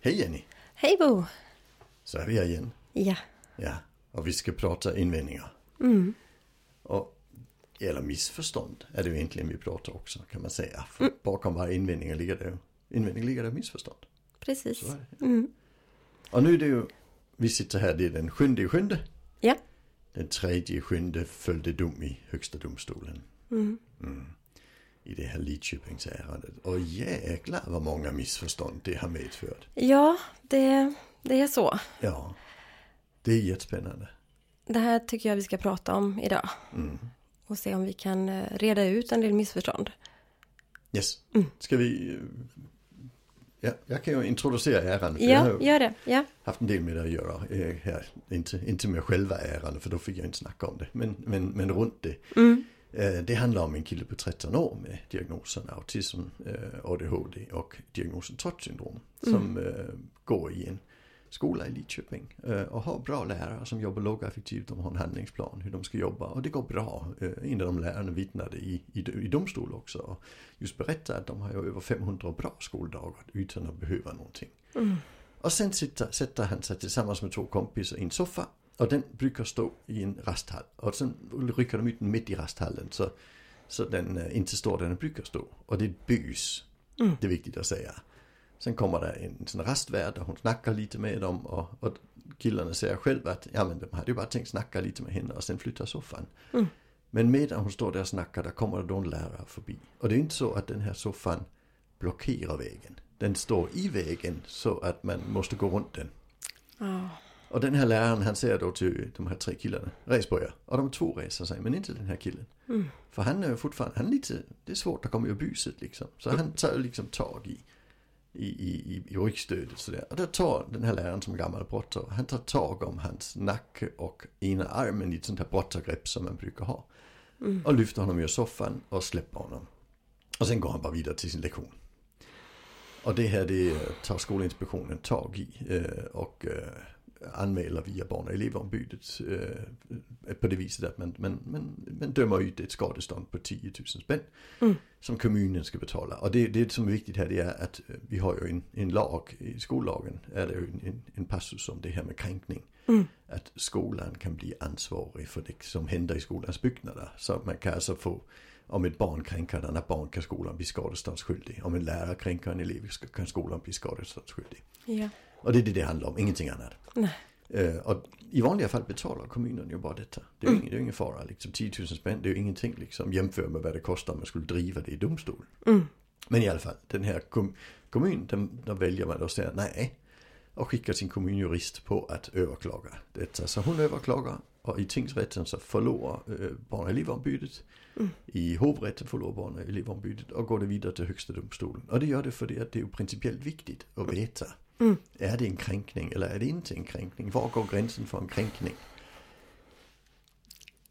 Hej Jenny! Hej Bo! Så är vi här igen. Ja, Ja, och vi ska prata invändningar. Och, eller missförstånd är det ju egentligen vi pratar också kan man säga. För bakom varje invändning ligger det, invändning ligger det missförstånd. precis. Och nu är det ju, vi sitter här, det är den sjunde i sjunde. Ja, Den tredje sjunde följde dom i Högsta domstolen. Mm. I det här Lidköpingsärendet. Och jäklar vad många missförstånd det har medfört. ja det, det är så. Ja, det är jättespännande. Det här tycker jag vi ska prata om idag. Mm. Och se om vi kan eh, reda ut en del missförstånd. Yes. Mm. Ska vi... eh, Ja, jag kan ju introducera äran. För jag har Ja, ju gör det. Ja, haft en del med det att göra eh, här. Inte, inte med själva äran, för då fick jag inte snacka om det. Men, men, men runt det. Mm. Eh, Det handlar om en kille på 13 år med diagnosen autism, eh, ADHD och diagnosen Touch syndrom. Som eh, går i en skola i Lidköping eh, och har bra lärare som jobbar lågaffektivt. De har en handlingsplan hur de ska jobba och det går bra. Eh, En av de lärarna vittnade i, i, i domstol också och just berättade att de har ju över 500 bra skoldagar utan att behöva någonting. Och sen sitter, sätter han sig tillsammans med två kompisar i en soffa. Och den brukar stå i en rasthall. Och sen rycker de ut den mitt i rasthallen. Så, så den eh, inte står där den brukar stå. Och det bys. Det är viktigt att säga. Sen kommer det en sån rastvärd och hon snackar lite med dem. Och, och killarna säger själva att ja, men de hade ju bara tänkt snacka lite med henne och sen flytta soffan. Men medan hon står där och snackar, där kommer det då en lärare förbi. Och det är inte så att den här soffan blockerar vägen. Den står i vägen så att man måste gå runt den. Och den här läraren han säger då till øh, de här tre killarna, res på er. Och de två reser sig, men inte den här killen. För han är ju fortfarande, han är lite, det är svårt att komma ur buset liksom. Så han tar ju liksom tag i, i, i, i, i ryggstödet sådär. Och då tar den här läraren som gammal brottare, han tar tag om hans nacke och ena armen i ett sånt här brottargrepp som man brukar ha. Och lyfter honom ur soffan och släpper honom. Och sen går han bara vidare till sin lektion. Och det här det øh, tar Skolinspektionen tag i eh, och eh, anmäler via Barn och elevombudet eh, på det viset att man, man, man, man dömer ut ett skadestånd på 10 000 spänn som kommunen ska betala. Och det, det som är viktigt här det är att eh, vi har ju en, en lag, i skollagen är det ju en, en, en passus om det här med kränkning. Att skolan kan bli ansvarig för det som händer i skolans byggnader. Så man kan alltså få om ett barn kränker ett annat barn kan skolan bli skadeståndsskyldig. Om en lärare kränker en elev ska- kan skolan bli skadeståndsskyldig. ja. Och det är det det handlar om, ingenting annat. Nej. Eh, och I vanliga fall betalar kommunen ju bara detta. Det är ju ingen, det är ju ingen fara. Liksom, 10 000 spänn, det är ju ingenting liksom, jämfört med vad det kostar om man skulle driva det i domstol. Men i alla fall, den här kom, kommunen, den, där väljer man då att säga nej. Och skickar sin kommunjurist på att överklaga detta. Så hon överklagar och i tingsrätten så förlorar eh, barn och elevombudet. I hovrätten förlorar barn och elevombudet och går det vidare till högsta domstolen. Och det gör det för det att det är ju principiellt viktigt att veta. Är det en kränkning eller är det inte en kränkning? Var går gränsen för en kränkning?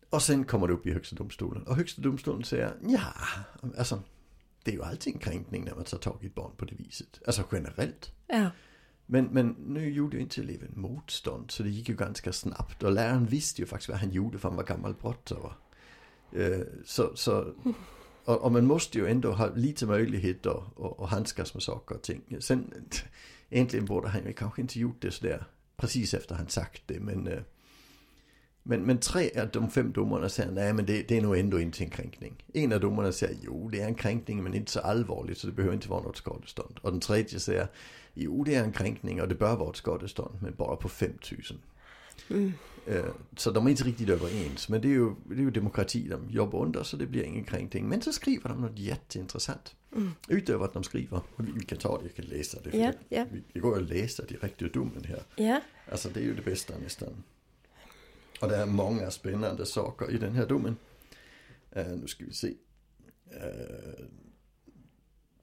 Och sen kommer det upp i Högsta domstolen. Och Högsta domstolen säger, ja, alltså det är ju alltid en kränkning när man tar tag i ett barn på det viset. Alltså generellt. Ja, Men, men nu gjorde ju inte eleven motstånd så det gick ju ganska snabbt. Och läraren visste ju faktiskt vad han gjorde för han var gammal brottare. Eh, så, så, och, och man måste ju ändå ha lite möjlighet att, att, att handskas med saker och ting. Sen egentligen borde han ju kanske inte gjort det sådär precis efter han sagt det men eh, men, men tre av de fem domarna säger nej men det, det är nog ändå inte en kränkning. En av domarna säger jo det är en kränkning men inte så allvarligt så det behöver inte vara något skadestånd. Och den tredje säger jo det är en kränkning och det bör vara ett skadestånd men bara på 5000. Mm. Eh, Så de är inte riktigt överens men det är, ju, det är ju demokrati de jobbar under så det blir ingen kränkning. Men så skriver de något jätteintressant. Utöver att de skriver, och vi vi kan ta det, jag kan läsa det. för Mm. Ja, ja. vi- Det går att läsa direkt ur domen här. ja. Alltså det är ju det bästa nästan. Och det är många spännande saker i den här domen. Eh, nu ska vi se. Eh,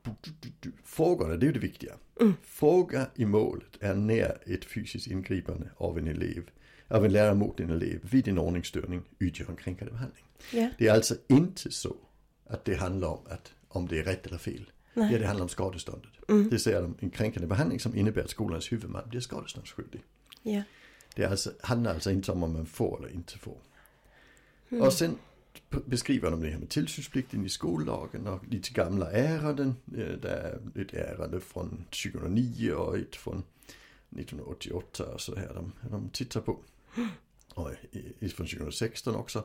du- du- du- du. Frågorna, det är ju det viktiga. Fråga i målet är när ett fysiskt ingripande av en elev, av en lärare mot en elev vid en ordningsstörning utgör en kränkande behandling. ja. Det är alltså inte så att det handlar om att om det är rätt eller fel. Nej. Mm. Ja, det handlar om skadeståndet. Det säger de, en kränkande behandling som innebär att skolans huvudman blir skadeståndsskyldig. ja. Mm. Det är alltså, handlar alltså inte om om man får eller inte får. Och sen beskriver de det her med tilsynspligten i skolelagen og lidt gamle ærenden. Øh, Der er et ærende fra 2009 og et fra 1988, og så her de, de tittar på. Og et fra 2016 også.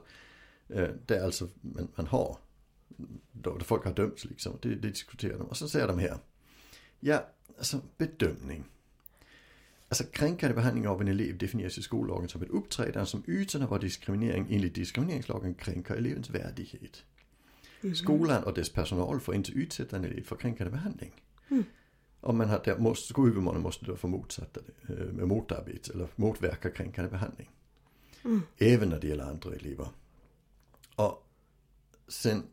Øh, Det er altså, man, man har, der der folk har dømt, liksom, det, det diskuterer de. Og så ser de her, ja, altså bedömning. Alltså kränkande behandling av en elev definieras i skollagen som ett uppträdande som utan att vara diskriminering enligt diskrimineringslagen kränker elevens värdighet. Mm. Skolan och dess personal får inte utsätta en elev för kränkande behandling. Om man har, där måste, skolhuvudmannen måste då få motsatta, eh, motarbeta eller motverka kränkande behandling. Även när det gäller andra elever. Och sen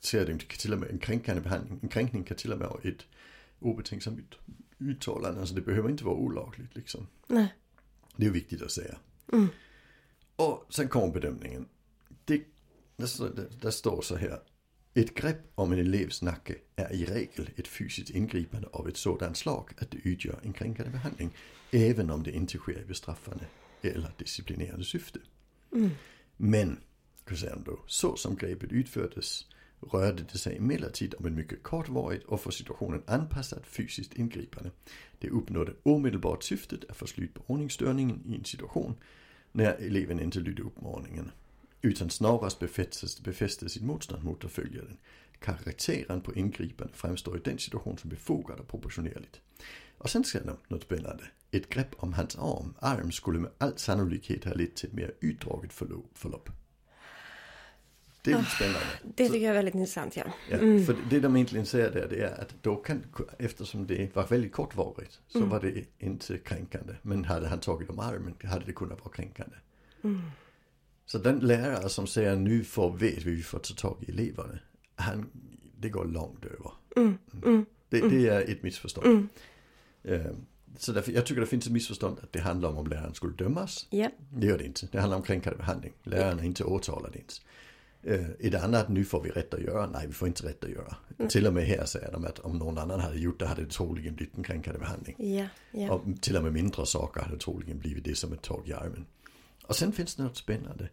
ser det kan till och med en kränkande behandling. En kränkning kan till och med vara ett obetänksamt ut- uttalande. Alltså det behöver inte vara olagligt liksom. Nej. Det är viktigt att säga. Och sen kommer bedömningen. Det, där, står- där, där står så här. Ett grepp om en elevs nacke är i regel ett fysiskt ingripande av ett sådant slag att det utgör en kränkande behandling. Även om det inte sker i bestraffande eller disciplinerande syfte. Men, Crescendo, så som greppet utfördes rörde det sig emellertid om en mycket kortvarigt och för situationen anpassat fysiskt ingripande. Det uppnådde omedelbart syftet att få slut på ordningsstörningen i en situation när eleven inte lydde uppmaningen utan snarast befästes, befäste sitt motstånd mot att följa den. Karaktären på ingripande framstår i den situation som befogad och proportionerligt. Och sen säger de något spännande. Ett grepp om hans arm, arm skulle med all sannolikhet ha lett till ett mer utdraget förlo- förlopp. Det är lite spännande. Det tycker jag är väldigt intressant. Ja. Ja, För det de egentligen säger där det är att då kan, eftersom det var väldigt kortvarigt så var det inte kränkande. Men hade han tagit om armen hade det kunnat vara kränkande. Så den lärare som säger nu får vet vi, vi får ta tag i eleverna. Han, det går långt över. Mm. Det, det är ett missförstånd. Mm. Eh, Så därför, jag tycker det finns ett missförstånd att det handlar om om läraren skulle dömas. ja. Det gör det inte. Det handlar om kränkande behandling. Läraren är inte åtalad ens. Eh, I det andra att nu får vi rätt att göra. Nej, vi får inte rätt att göra. Till och med här säger de att om någon annan hade gjort det hade det troligen blivit en kränkande behandling. Ja, ja. Och till och med mindre saker hade troligen blivit det som ett tag i armen. Och sen finns det något spännande.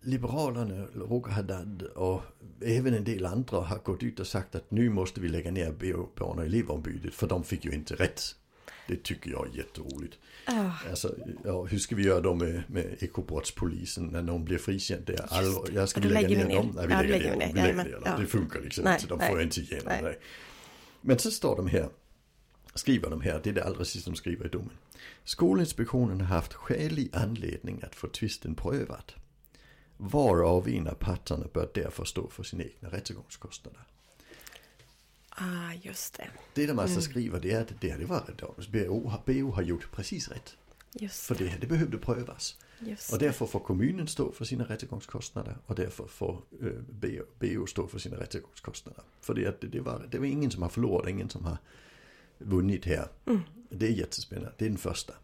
Liberalerna, Roger Haddad och även en del andra har gått ut och sagt att nu måste vi lägga ner BO barn och elevombudet för de fick ju inte rätt. Det tycker jag är jätteroligt. Alltså, ja, hur ska vi göra då med, med ekobrottspolisen när någon blir frikänd? Det är allvar. Jag ska Och då vi lägga lägger vi ner dem? ner. Nej, vi Ja, då lägger ner lägger vi dem. ner. Vi lägger Jajamän, ner dem. ja. Det funkar liksom Nej, inte. De nej, får inte igenom nej. det. Men så står de här skriver de här, det är det allra sista de skriver i domen. Skolinspektionen har haft skälig anledning att få tvisten prövad. Varav en av parterna bör därför stå för sina egna rättegångskostnader. Ah, just det. Det de Mm. alltså skriver det är att det här det var BO, har- BO har gjort precis rätt. Just För det här det behövde prövas. Just Och därför får kommunen stå för sina rättegångskostnader och därför får eh, BO, BO stå för sina rättegångskostnader. För det, att det, det, var, det var ingen som har förlorat, ingen som har vunnit här. Det är jättespännande, det är den första.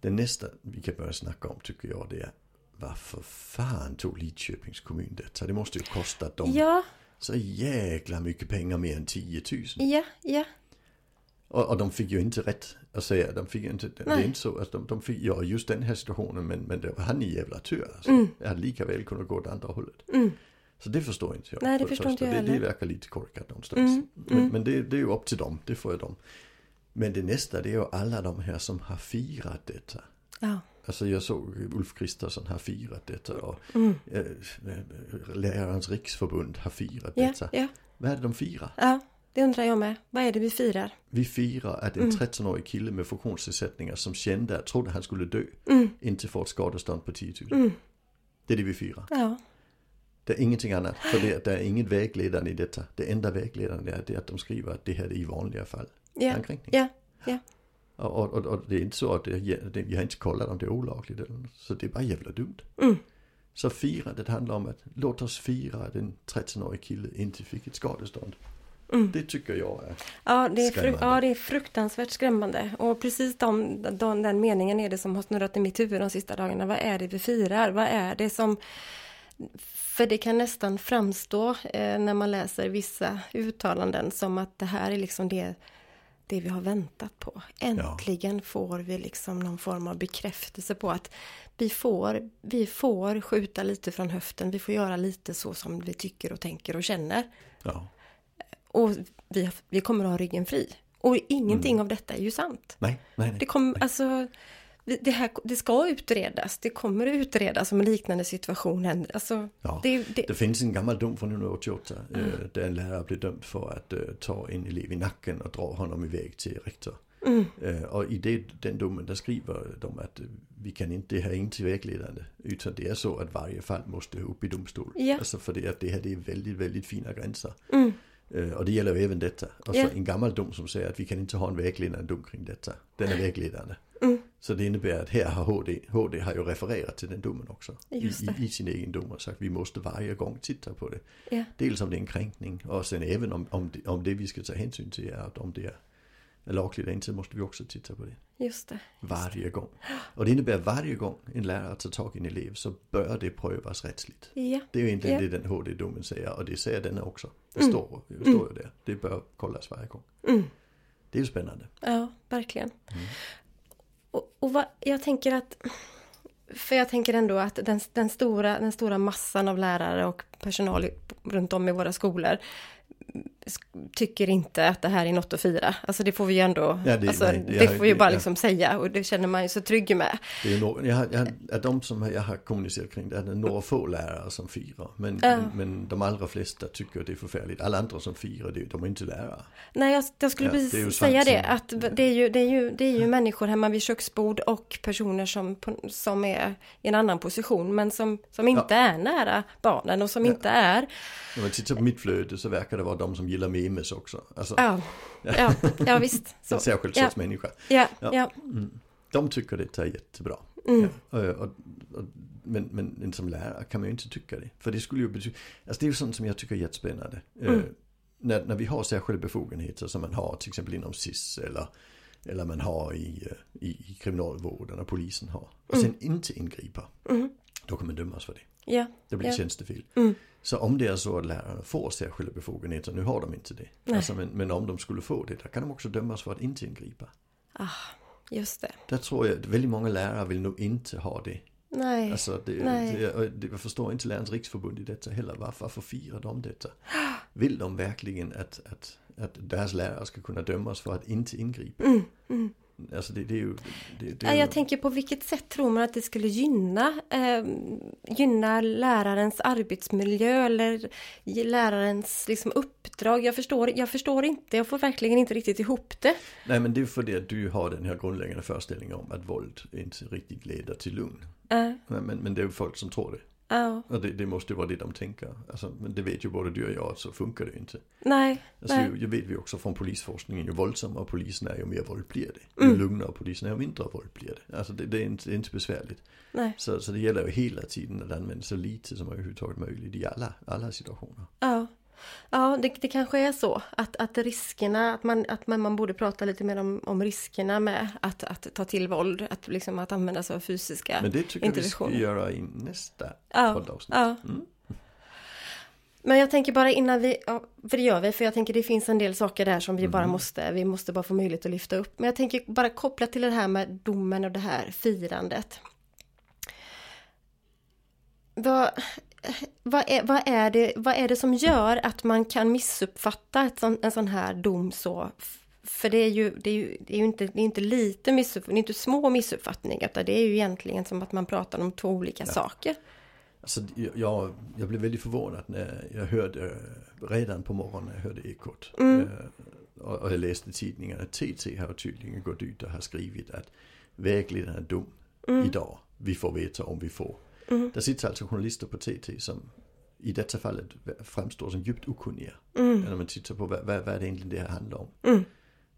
Den nästa vi kan börja snacka om tycker jag det är varför fan tog Lidköpings kommun detta? Det måste ju kosta dem Ja, så jäkla mycket pengar, mer än 10 000. ja, ja. Och, och de fick ju inte rätt att säga, de fick ju inte, det är inte så att de, de fick, ja just den här situationen men, men det var han i jävla tur alltså. Mm. Jag hade lika väl kunnat gå åt andra hållet. Så det förstår inte jag. Nej, det För förstår första. inte jag det, det heller. Mm, verkar lite korkat någonstans. Men, men det, det är ju upp till dem, det får ju dem. Men det nästa det är ju alla de här som har firat detta. Ja, Alltså jag såg Ulf Kristersson har firat detta och Mm. øh, eh, Lärarens Riksförbund har firat ja, detta. ja. Vad är det de firar? ja. Det undrar jag med. Vad är det vi firar? Vi firar att en Mm. 13-årig kille med funktionsnedsättningar som kände att trodde han skulle dö Mm. inte får ett skadestånd på 10 000. Det är det vi firar. Ja, Det är ingenting annat. För det, det är inget vägledande i detta. Det enda vägledande är, det är att de skriver att det här är i vanliga fall. ja, Handkränkning. ja, ja. Och, och, och, och det är inte så att det, det, vi har inte kollat om det är olagligt eller något. Så det är bara jävla dumt. Mm. Så firandet handlar om att låt oss fira att en 13-årig kille inte fick ett skadestånd. Mm. Det tycker jag är Ja det, är fru- Skrämmande. ja, det är fruktansvärt skrämmande. Och precis de, de, den meningen är det som har snurrat i mitt huvud de sista dagarna. Vad är det vi firar? Vad är det som... För det kan nästan framstå eh, när man läser vissa uttalanden som att det här är liksom det det vi har väntat på. Äntligen får vi liksom någon form av bekräftelse på att vi får, vi får skjuta lite från höften, vi får göra lite så som vi tycker och tänker och känner. ja. Och vi, vi kommer att ha ryggen fri. Och ingenting av detta är ju sant. Nej, Mm. nej, nej. Det, kom, alltså, vi- det, här, det ska utredas, det kommer att utredas om en liknande situation händer. Alltså, Ja, det, det, det, finns en gammal dom från 1988 eh, där en lärare blev dömd för att eh, ta en elev i nacken och dra honom iväg till rektor. Mm. Eh, och i det, den domen där skriver de att eh, vi kan inte, det här är inte vägledande utan det är så att varje fall måste upp i domstol. Ja. Alltså för det, att det här det är väldigt, väldigt fina gränser. Eh, och det gäller ju även detta. Och så Ja. en gammal dom som säger att vi kan inte ha en vägledande dom kring detta. Den är vägledande. Mm. Så det innebär att här har HD, HD har ju refererat till den domen också. I, Just det. i, I sin egen dom och sagt vi måste varje gång titta på det. ja, Dels om det är en kränkning och sen även om, om, det, om det vi ska ta hänsyn till är att om det är lagligt eller inte så måste vi också titta på det. just det. Varje gång. Och det innebär varje gång en lärare tar tag i en elev så bör det prövas rättsligt. Ja, Det är ju egentligen Ja. Mm. det den HD-domen säger och det säger den också. Det står, det står ju där. Det bör kollas varje gång. Det är ju spännande. ja verkligen. Mm. Och, och vad, jag tänker att... För jag tänker ändå att den, den, stora, den stora massan av lärare och personal i- runt om i våra skolor mm, sk- tycker inte att det här är något att fira. Alltså det får vi ju ändå, Ja, det- alltså, nej, det- det, jag- får vi ju bara ja. liksom säga och det känner man ju så trygg med. Det är ju några, jag, har- jag, har- av de som jag har kommunicerat kring det är det några få lärare som firar. Men, men, men de allra flesta tycker att det är förfärligt. Alla andra som firar, det, är ju- de är inte lärare. Nej, jag, jag skulle Ja, precis det är ju säga det. Att svansen. det är ju, det är ju, det är ju människor hemma vid köksbord och personer som, på- som är i en annan position men som, som inte är nära barnen och som inte är... När man tittar på mitt flöde så verkar det vara de som gillar memes också. Alltså, Ja, ja, ja visst. en särskild sorts människa. Ja, Ja. ja, ja, De tycker det är jättebra. Ja, och, och, och, men, men som lärare kan man ju inte tycka det. För det skulle ju betyda, alltså det är ju sånt som jag tycker är jättespännande. Eh, när, när vi har särskilda befogenheter som man har till exempel inom SIS eller, eller man har i, eh, i, i kriminalvården och polisen har. Och sen inte ingriper, då kan man dömas för det. ja. Det blir Ja. tjänstefel. Så om det är så att lärarna får särskilda befogenheter, nu har de inte det. Alltså, men, men om de skulle få det, då kan de också dömas för att inte ingripa. Just det. Där tror jag att väldigt många lärare vill nog inte ha det. Nej, Alltså det, Nej. det, och det, jag förstår inte Lärarnas Riksförbund i detta heller. Varför, varför firar de detta? Vill de verkligen att, att, att deras lärare ska kunna dömas för att inte ingripa? Alltså det, det är ju... Det, det är Nej, ju jag tänker på vilket sätt tror man att det skulle gynna, eh, gynna lärarens arbetsmiljö eller ge lärarens liksom, uppdrag? Jag förstår, jag förstår inte, jag får verkligen inte riktigt ihop det. nej men det är för det att du har den här grundläggande föreställningen om att våld inte riktigt leder till lugn. Eh, Nej, Men, men det är ju folk som tror det. ja. Och det, det måste ju vara det de tänker. Alltså, men det vet ju både du och jag att så funkar det ju inte. Nej, Alltså, nej. ju, ju vet vi också från polisforskningen, ju våldsammare polisen är ju mer våld blir det. Mm. Ju lugnare polisen är ju mindre våld blir det. Alltså det, det, är, inte, det är inte besvärligt. nej. Så, så det gäller ju hela tiden att använda så lite som överhuvudtaget möjligt i alla, alla situationer. Ja, ja det, det kanske är så att, att riskerna, att, man, att man, man borde prata lite mer om, om riskerna med att, att ta till våld, att, liksom, att använda sig av fysiska Men det tycker jag vi ska interventioner. göra i nästa Ja, poddavsnitt. Ja. Men jag tänker bara innan vi, ja, för det gör vi, för jag tänker det finns en del saker där som vi bara måste, vi måste bara få möjlighet att lyfta upp. Men jag tänker bara koppla till det här med domen och det här firandet. Vad, vad, är, vad, är, det, vad är det som gör att man kan missuppfatta ett sån, en sån här dom så? F- För det är ju, det är ju, det är ju inte, det är inte lite missupp, det är inte små missuppfattningar, utan det är ju egentligen som att man pratar om två olika saker. Alltså, jag, jag blev väldigt förvånad när jag hörde, eh, redan på morgonen när jag hörde Ekot. Mm. Eh, Och, och jag läste i tidningarna, TT har tydligen gått ut och har skrivit att vägledaren är dum Mm. idag. Vi får veta om vi får. Mm. Där sitter alltså journalister på TT som i detta fallet framstår som djupt okunniga. Mm. När man tittar på vad, vad, vad är det egentligen det här handlar om.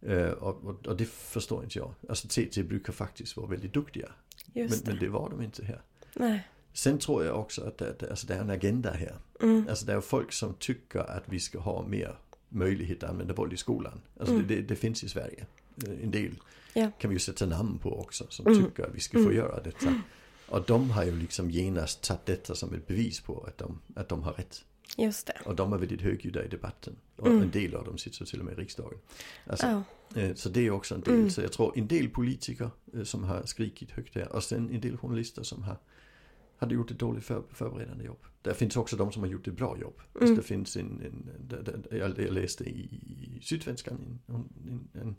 Eh, och, och, och det förstår inte jag. Alltså TT brukar faktiskt vara väldigt duktiga. Men, Just det. men det var de inte här. Nej. Sen tror jag också att det, det- alltså det är en agenda här. Mm. Alltså det är folk som tycker att vi ska ha mer möjlighet att använda våld i skolan. Alltså det, det, det finns i Sverige. Eh, En del Ja. kan vi ju sätta namn på också som tycker att vi ska få göra detta. Och de har ju liksom genast tagit detta som ett bevis på att de, att de har rätt. Just det. Och de är väldigt högljudda i debatten. Och en del av dem sitter till och med i riksdagen. Alltså, Ja. eh, Så det är också en del. Så jag tror en del politiker eh, som har skrikit högt där och sen en del journalister som har hade gjort ett dåligt för, förberedande jobb. Det finns också de som har gjort ett bra jobb. Alltså det finns en, en där, där, jag, jag läste i, i Sydsvenskan en, en, en,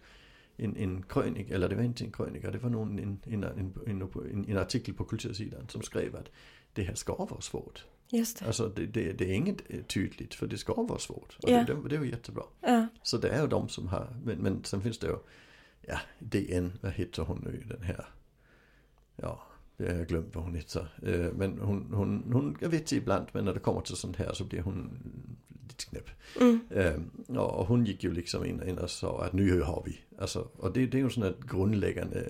en, en krönika, eller det var inte en krönika, det var någon, en, en, en, en, en artikel på kultursidan som skrev att det här ska vara svårt. Just det. Alltså det, det, det är inget eh, tydligt för det ska vara svårt. Och Ja. det, det, det är ju jättebra. Ja. Så det är ju de som har, men, men sen finns det ju, ja, DN, vad heter hon nu den här, ja, jag har glömt vad hon heter. Eh, Men hon, hon, hon är vettig ibland men när det kommer till sånt här så blir hon lite knäpp. Mm. Eh, Och hon gick ju liksom in, in och sa att nu har vi, alltså, och det, det är ju sån här grundläggande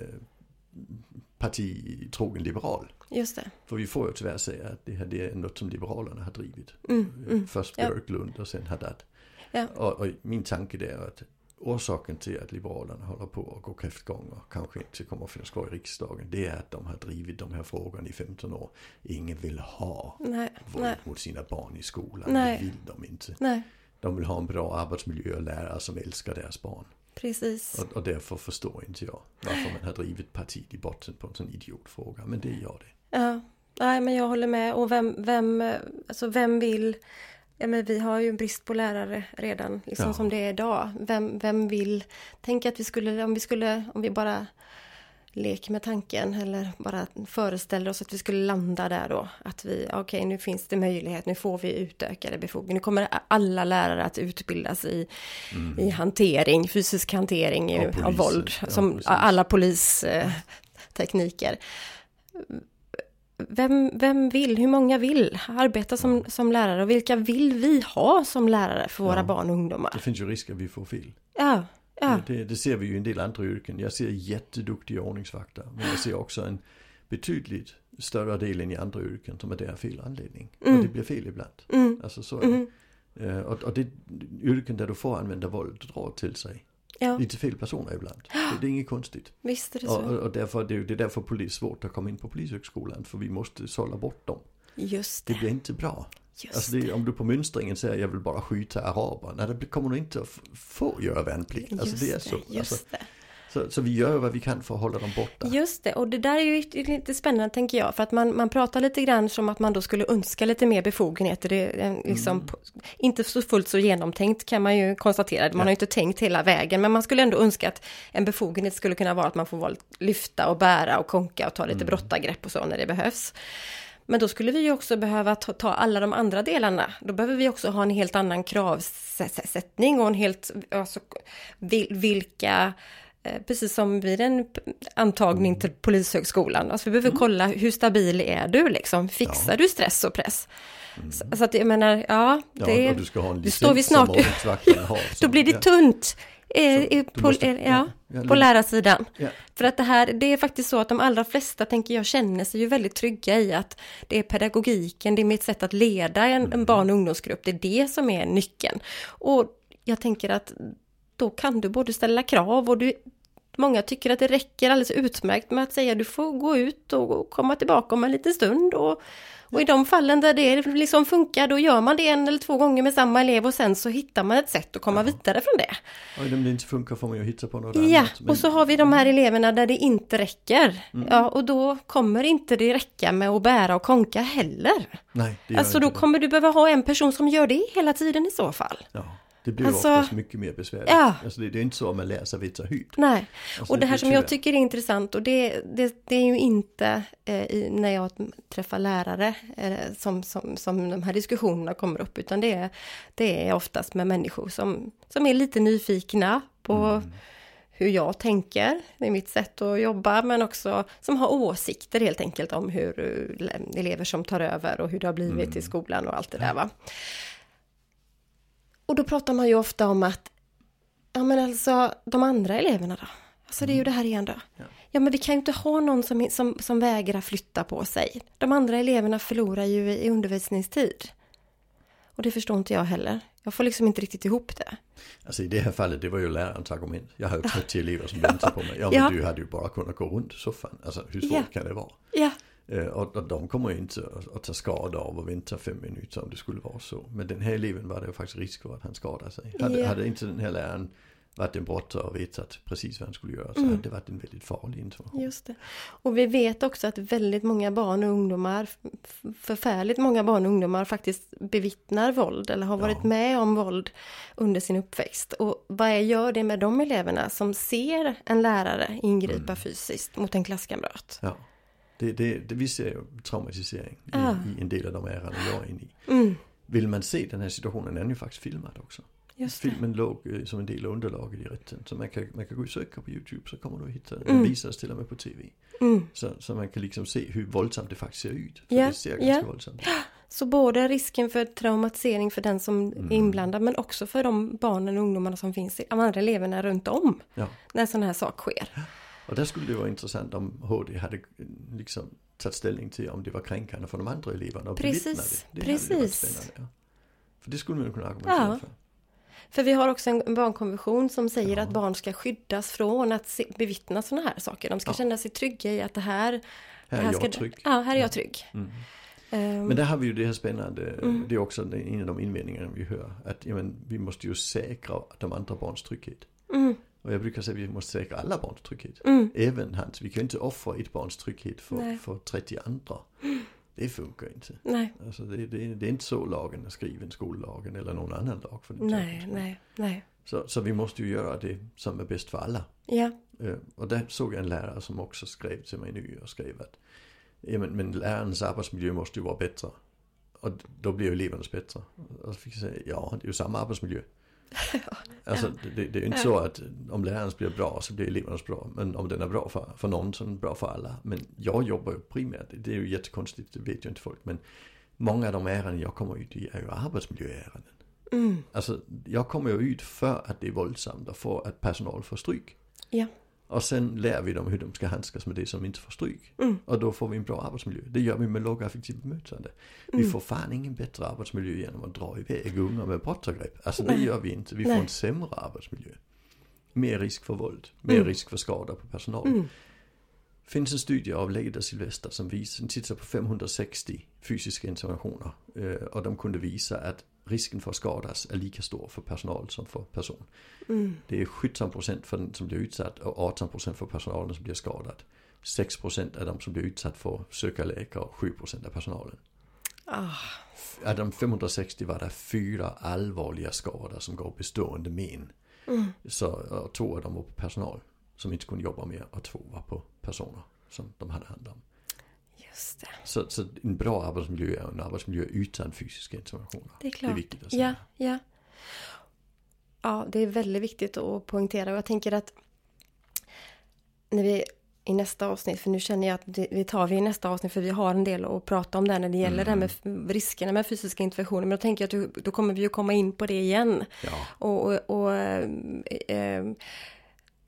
partitrogen liberal. Just det. För vi får ju tyvärr säga att det här det är något som Liberalerna har drivit. Mm. Först Ja. Björklund och sen Haddad. Ja. Och, och min tanke det är att orsaken till att Liberalerna håller på att gå kräftgång och kanske inte kommer att finnas kvar i riksdagen. Det är att de har drivit de här frågorna i 15 år. Ingen vill ha Nej. våld Nej. mot sina barn i skolan. Nej. Det vill de inte. Nej. De vill ha en bra arbetsmiljö och lärare som älskar deras barn. Precis. Och, och därför förstår inte jag varför man har drivit partiet i botten på en sån idiotfråga. Men det gör det. Ja. Nej, men jag håller med. Och vem, vem, eh, alltså vem vill... Ja, men vi har ju en brist på lärare redan, liksom Ja. som det är idag. Vem, vem vill... Tänk att vi skulle, om vi skulle, om vi bara leker med tanken eller bara föreställer oss att vi skulle landa där då. Att vi, okej nu finns det möjlighet, nu får vi utökade befogenheter. Nu kommer alla lärare att utbildas i, i hantering, fysisk hantering Och av, polisen. våld. Mm. Ja, som precis. alla polistekniker. Vem, vem vill, hur många vill arbeta som, som lärare och vilka vill vi ha som lärare för våra Ja. barn och ungdomar? Det finns ju risk att vi får fel. Ja, ja, Det, det ser vi ju i en del andra yrken. Jag ser jätteduktiga ordningsvakter. Men jag ser också en betydligt större del än i andra yrken som är där av fel anledning. Mm. Och det blir fel ibland. Alltså så är det. Eh, Och, och det yrken där du får använda våld drar till sig ja, lite fel personer ibland. Det, det är inget konstigt. visst är det Och, så. och och därför, det, är ju- det är därför polis svårt att komma in på polishögskolan. För vi måste sålla bort dem. Just Det det, blir inte bra. just Alltså det. det, om du på mönstringen säger jag vill bara skjuta araber. Nej, det kommer du inte att f- få göra värnplikt. Alltså Just det är så. det, Alltså, just det. så, så vi gör vad vi kan för att hålla dem borta. Just det, och det där är ju lite- lite spännande tänker jag, för att man, man pratar lite grann som att man då skulle önska lite mer befogenheter. Det är eh, liksom Mm. på- inte så fullt så genomtänkt kan man ju konstatera, man har ju inte tänkt hela vägen, men man skulle ändå önska att en befogenhet skulle kunna vara att man får vara, lyfta och bära och konka och ta Mm. lite brottargrepp och så när det behövs. Men då skulle vi ju också behöva ta, ta alla de andra delarna. Då behöver vi också ha en helt annan kravsättning och en helt, alltså, vil, vilka, eh, precis som vid en p- Mm. antagning till Polishögskolan, alltså vi behöver kolla hur stabil är du liksom, fixar du stress och press? Så, så att jag menar, ja, Mm. Ja, det, och du ska ha en det licens står vi snart, som ordningsvakterna har. då blir det tunt. eh, i- du på, måste- eh, ja, ja, ja, på lite- lärarsidan. Ja. För att det här, det är faktiskt så att de allra flesta, tänker jag, känner sig ju väldigt trygga i att det är pedagogiken, det är mitt sätt att leda en, en barn och ungdomsgrupp, det är det som är nyckeln. Och jag tänker att då kan du både ställa krav och du Många tycker att det räcker alldeles utmärkt med att säga du får gå ut och komma tillbaka om en liten stund. Och, och i de fallen där det liksom funkar, då gör man det en eller två gånger med samma elev och sen så hittar man ett sätt att komma vidare från det. Och om det inte funkar får man ju hitta på något Ja, annat. alltså, Men Mm. och så har vi de här eleverna där det inte räcker. Ja, och då kommer inte det räcka med att bära och konka heller. nej, det gör Alltså inte då det. kommer du behöva ha en person som gör det hela tiden i så fall. Ja, det blir Alltså- alltså, oftast mycket mer besvärligt. Ja. Alltså det, det är inte så att man lär sig vita hyd. Nej, Alltså, och det det här är som jag tyvärr. tycker är intressant och det, det, det är ju inte eh, i, när jag träffar lärare eh, som, som, som de här diskussionerna kommer upp, utan det är, det är oftast med människor som, som är lite nyfikna på Mm. hur jag tänker, det är mitt sätt att jobba, men också som har åsikter helt enkelt om hur eh, le- elever som tar över och hur det har blivit Mm. i skolan och allt det där va. Och då pratar man ju ofta om att Ja men alltså de andra eleverna då? Alltså det är ju det här igen då. Ja, men vi kan ju inte ha någon som, som, som vägrar flytta på sig. De andra eleverna förlorar ju i, i undervisningstid. Och det förstår inte jag heller. Jag får liksom inte riktigt ihop det. Alltså i det här fallet, det var ju lärarens argument. Jag har ju 30 elever som väntar på mig. Ja, men Ja. du hade ju bara kunnat gå runt soffan. Alltså hur svårt Ja. kan det vara? Ja, Eh, Och, och de kommer inte att, att ta skada av att vänta fem minuter om det skulle vara så. Men den här eleven var det ju faktiskt risk för att han skadade sig. Hade, Ja. hade inte den här läraren varit en brottare och vetat precis vad han skulle göra så hade det varit en väldigt farlig information. Just det. Och vi vet också att väldigt många barn och ungdomar, f- f- förfärligt många barn och ungdomar faktiskt bevittnar våld eller har varit Ja. med om våld under sin uppväxt. Och vad gör det med de eleverna som ser en lärare ingripa fysiskt mot en klasskamrat? Ja. Det, det, det, vi ser ju traumatisering i, Ah. i en del av de ärenden jag är inne i. Mm, Vill man se den här situationen är den ju faktiskt filmad också. just det. Filmen låg eh, som en del av underlaget i rätten. Så man kan, man kan gå och söka på Youtube så kommer du att hitta den. Den Mm. visas till och med på TV. Mm. Så, så man kan liksom se hur våldsamt det faktiskt ser ut. För Ja, det ser ganska ja. våldsamt ut. Så både risken för traumatisering för den som är inblandad men också för de barnen och ungdomarna som finns, i- de andra eleverna runt om Ja. när sån här sak sker. Och där skulle det vara intressant om HD hade eh, liksom tagit ställning till om det var kränkande för de andra eleverna och Precis, bevittnade det. Det hade ju varit precis. spännande, ja. För det skulle man kunna argumentera Ja. för. För vi har också en barnkonvention som säger Ja. att barn ska skyddas från att se, bevittna såna här saker. De ska Ja. känna sig trygga i att det här... det Här är ska, jag trygg. Ja, här är jag trygg. Mm. Ehm, Men där har vi ju det här spännande, Mm. det är också den- en av de invändningarna vi hör. Att ja, men, vi måste ju säkra de andra barns trygghet. mm, Och jag brukar säga att vi måste säkra alla barns trygghet. mm, Även hans. Vi kan ju inte offra ett barns trygghet för, Nej. Mm. för 30 andra. Det funkar inte. nej, Alltså det, det, det är inte så lagen är skriven, skollagen eller någon annan lag. För den nej, saken. nej, nej. Så, så vi måste ju göra det som är bäst för alla. Ja, Eh, Och där såg jag en lärare som också skrev till mig nu och skrev att Jamen, men lärarens arbetsmiljö måste ju vara bättre. Och då blir ju elevernas bättre. Och så fick jag säga, ja det är ju samma arbetsmiljö. Alltså det, det är ju inte så att om lärarens blir bra så blir elevernas bra. Men om den är bra för, för någon så är den bra för alla. Men jag jobbar ju primärt, det är ju jättekonstigt, det vet ju inte folk. Men många av de ärenden jag kommer ut i är ju arbetsmiljöärenden. mm, Alltså jag kommer ju ut för att det är våldsamt och för att personal får stryk. ja, Och sen lär vi dem hur de ska handskas med det som inte får stryk. Mm. Och då får vi en bra arbetsmiljö. Det gör vi med lågaffektivt bemötande. Mm. Vi får fan ingen bättre arbetsmiljö genom att dra iväg unga med brottsangrepp. Alltså det Nej. gör vi inte. Vi Nej. får en sämre arbetsmiljö. Mer risk för våld, mer Mm. risk för skador på personal. Mm. finns en studie av Leida Silvester som visar, den tittar på 560 fysiska interventioner. eh, Och de kunde visa att risken för att skadas är lika stor för personal som för person. mm, Det är 17% för den som blir utsatt och 18% för personalen som blir skadad. 6% av de som blir utsatt får söka läkare och 7% av personalen. ah, Av de 560 var det fyra allvarliga skador som gav bestående men. Mm. Så och två av dem var på personal som inte kunde jobba mer och två var på personer som de hade hand om. just det. Så, så en bra arbetsmiljö är en arbetsmiljö utan fysiska interventioner. Det är klart. viktigt att säga. Ja, ja. Ja, det är väldigt viktigt att poängtera och jag tänker att när vi i nästa avsnitt, för nu känner jag att det, vi tar vi i nästa avsnitt för vi har en del att prata om där när det gäller det här med f- riskerna med fysiska interventioner. Men då tänker jag att du, då kommer vi ju komma in på det igen. Ja. Och, och, och ehm, ehm,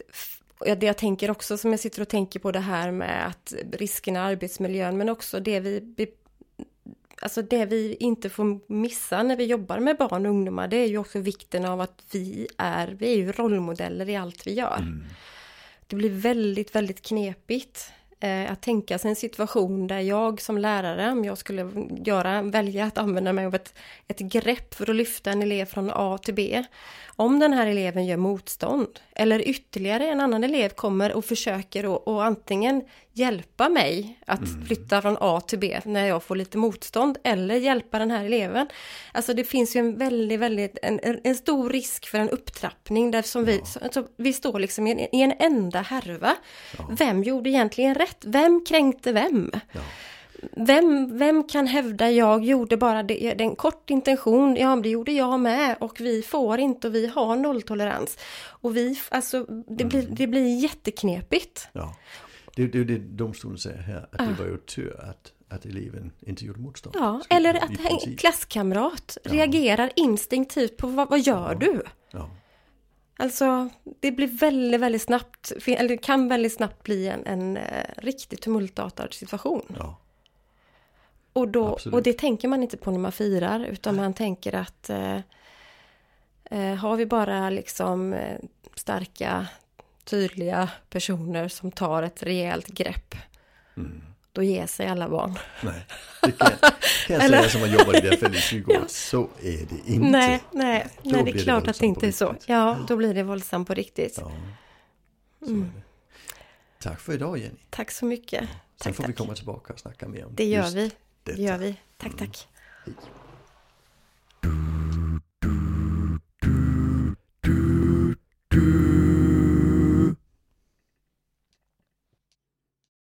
f- ja, det jag tänker också som jag sitter och tänker på det här med att riskerna i arbetsmiljön men också det vi be- Alltså det vi inte får missa när vi jobbar med barn och ungdomar det är ju också vikten av att vi är, vi är ju rollmodeller i allt vi gör. Det blir väldigt, väldigt knepigt eh, att tänka sig en situation där jag som lärare, om jag skulle göra, välja att använda mig av ett, ett grepp för att lyfta en elev från A till B. Om den här eleven gör motstånd eller ytterligare en annan elev kommer och försöker att- att antingen hjälpa mig att flytta från A till B när jag får lite motstånd eller hjälpa den här eleven. Alltså det finns ju en väldigt, väldigt, en, en- en stor risk för en upptrappning där som vi, så, så vi står liksom i en, i en enda härva. Vem gjorde egentligen rätt? Vem kränkte vem? Ja. Vem, vem kan hävda jag gjorde bara det, det är en kort intention, ja men det gjorde jag med och vi får inte och vi har nolltolerans. Och vi, f- alltså det blir, det blir jätteknepigt. Ja. Det, det är ju det domstolen säger här, att det var ju tur att, att eleven inte gjorde motstånd. Ah. Ja, Skulle eller Typ i att en princip. klasskamrat reagerar instinktivt på vad, vad gör du? Ja. Alltså det blir väldigt, väldigt snabbt, fi- eller det kan väldigt snabbt bli en, en eh, riktigt tumultartad situation. Ja. Och, då, Absolut. och det tänker man inte på när man firar utan man tänker att eh, eh, har vi bara liksom eh, Mm. starka, tydliga personer som tar ett rejält grepp då ger sig alla barn. Nej, det kan, jag- kan jag Eller? säga som har jobbat i det här fältet i 20 år. Så är det inte. Nej, nej, Då nej, det blir är det klart att det våldsamt på inte är så. riktigt. Ja, då blir det våldsamt på riktigt. Ja, så är Mm. det. Tack för idag Jenny. Sen Tack så mycket. Tack, får vi tack. komma tillbaka och snacka mer om Det gör just Mm. vi. Det detta. gör vi. Tack, tack. Hej.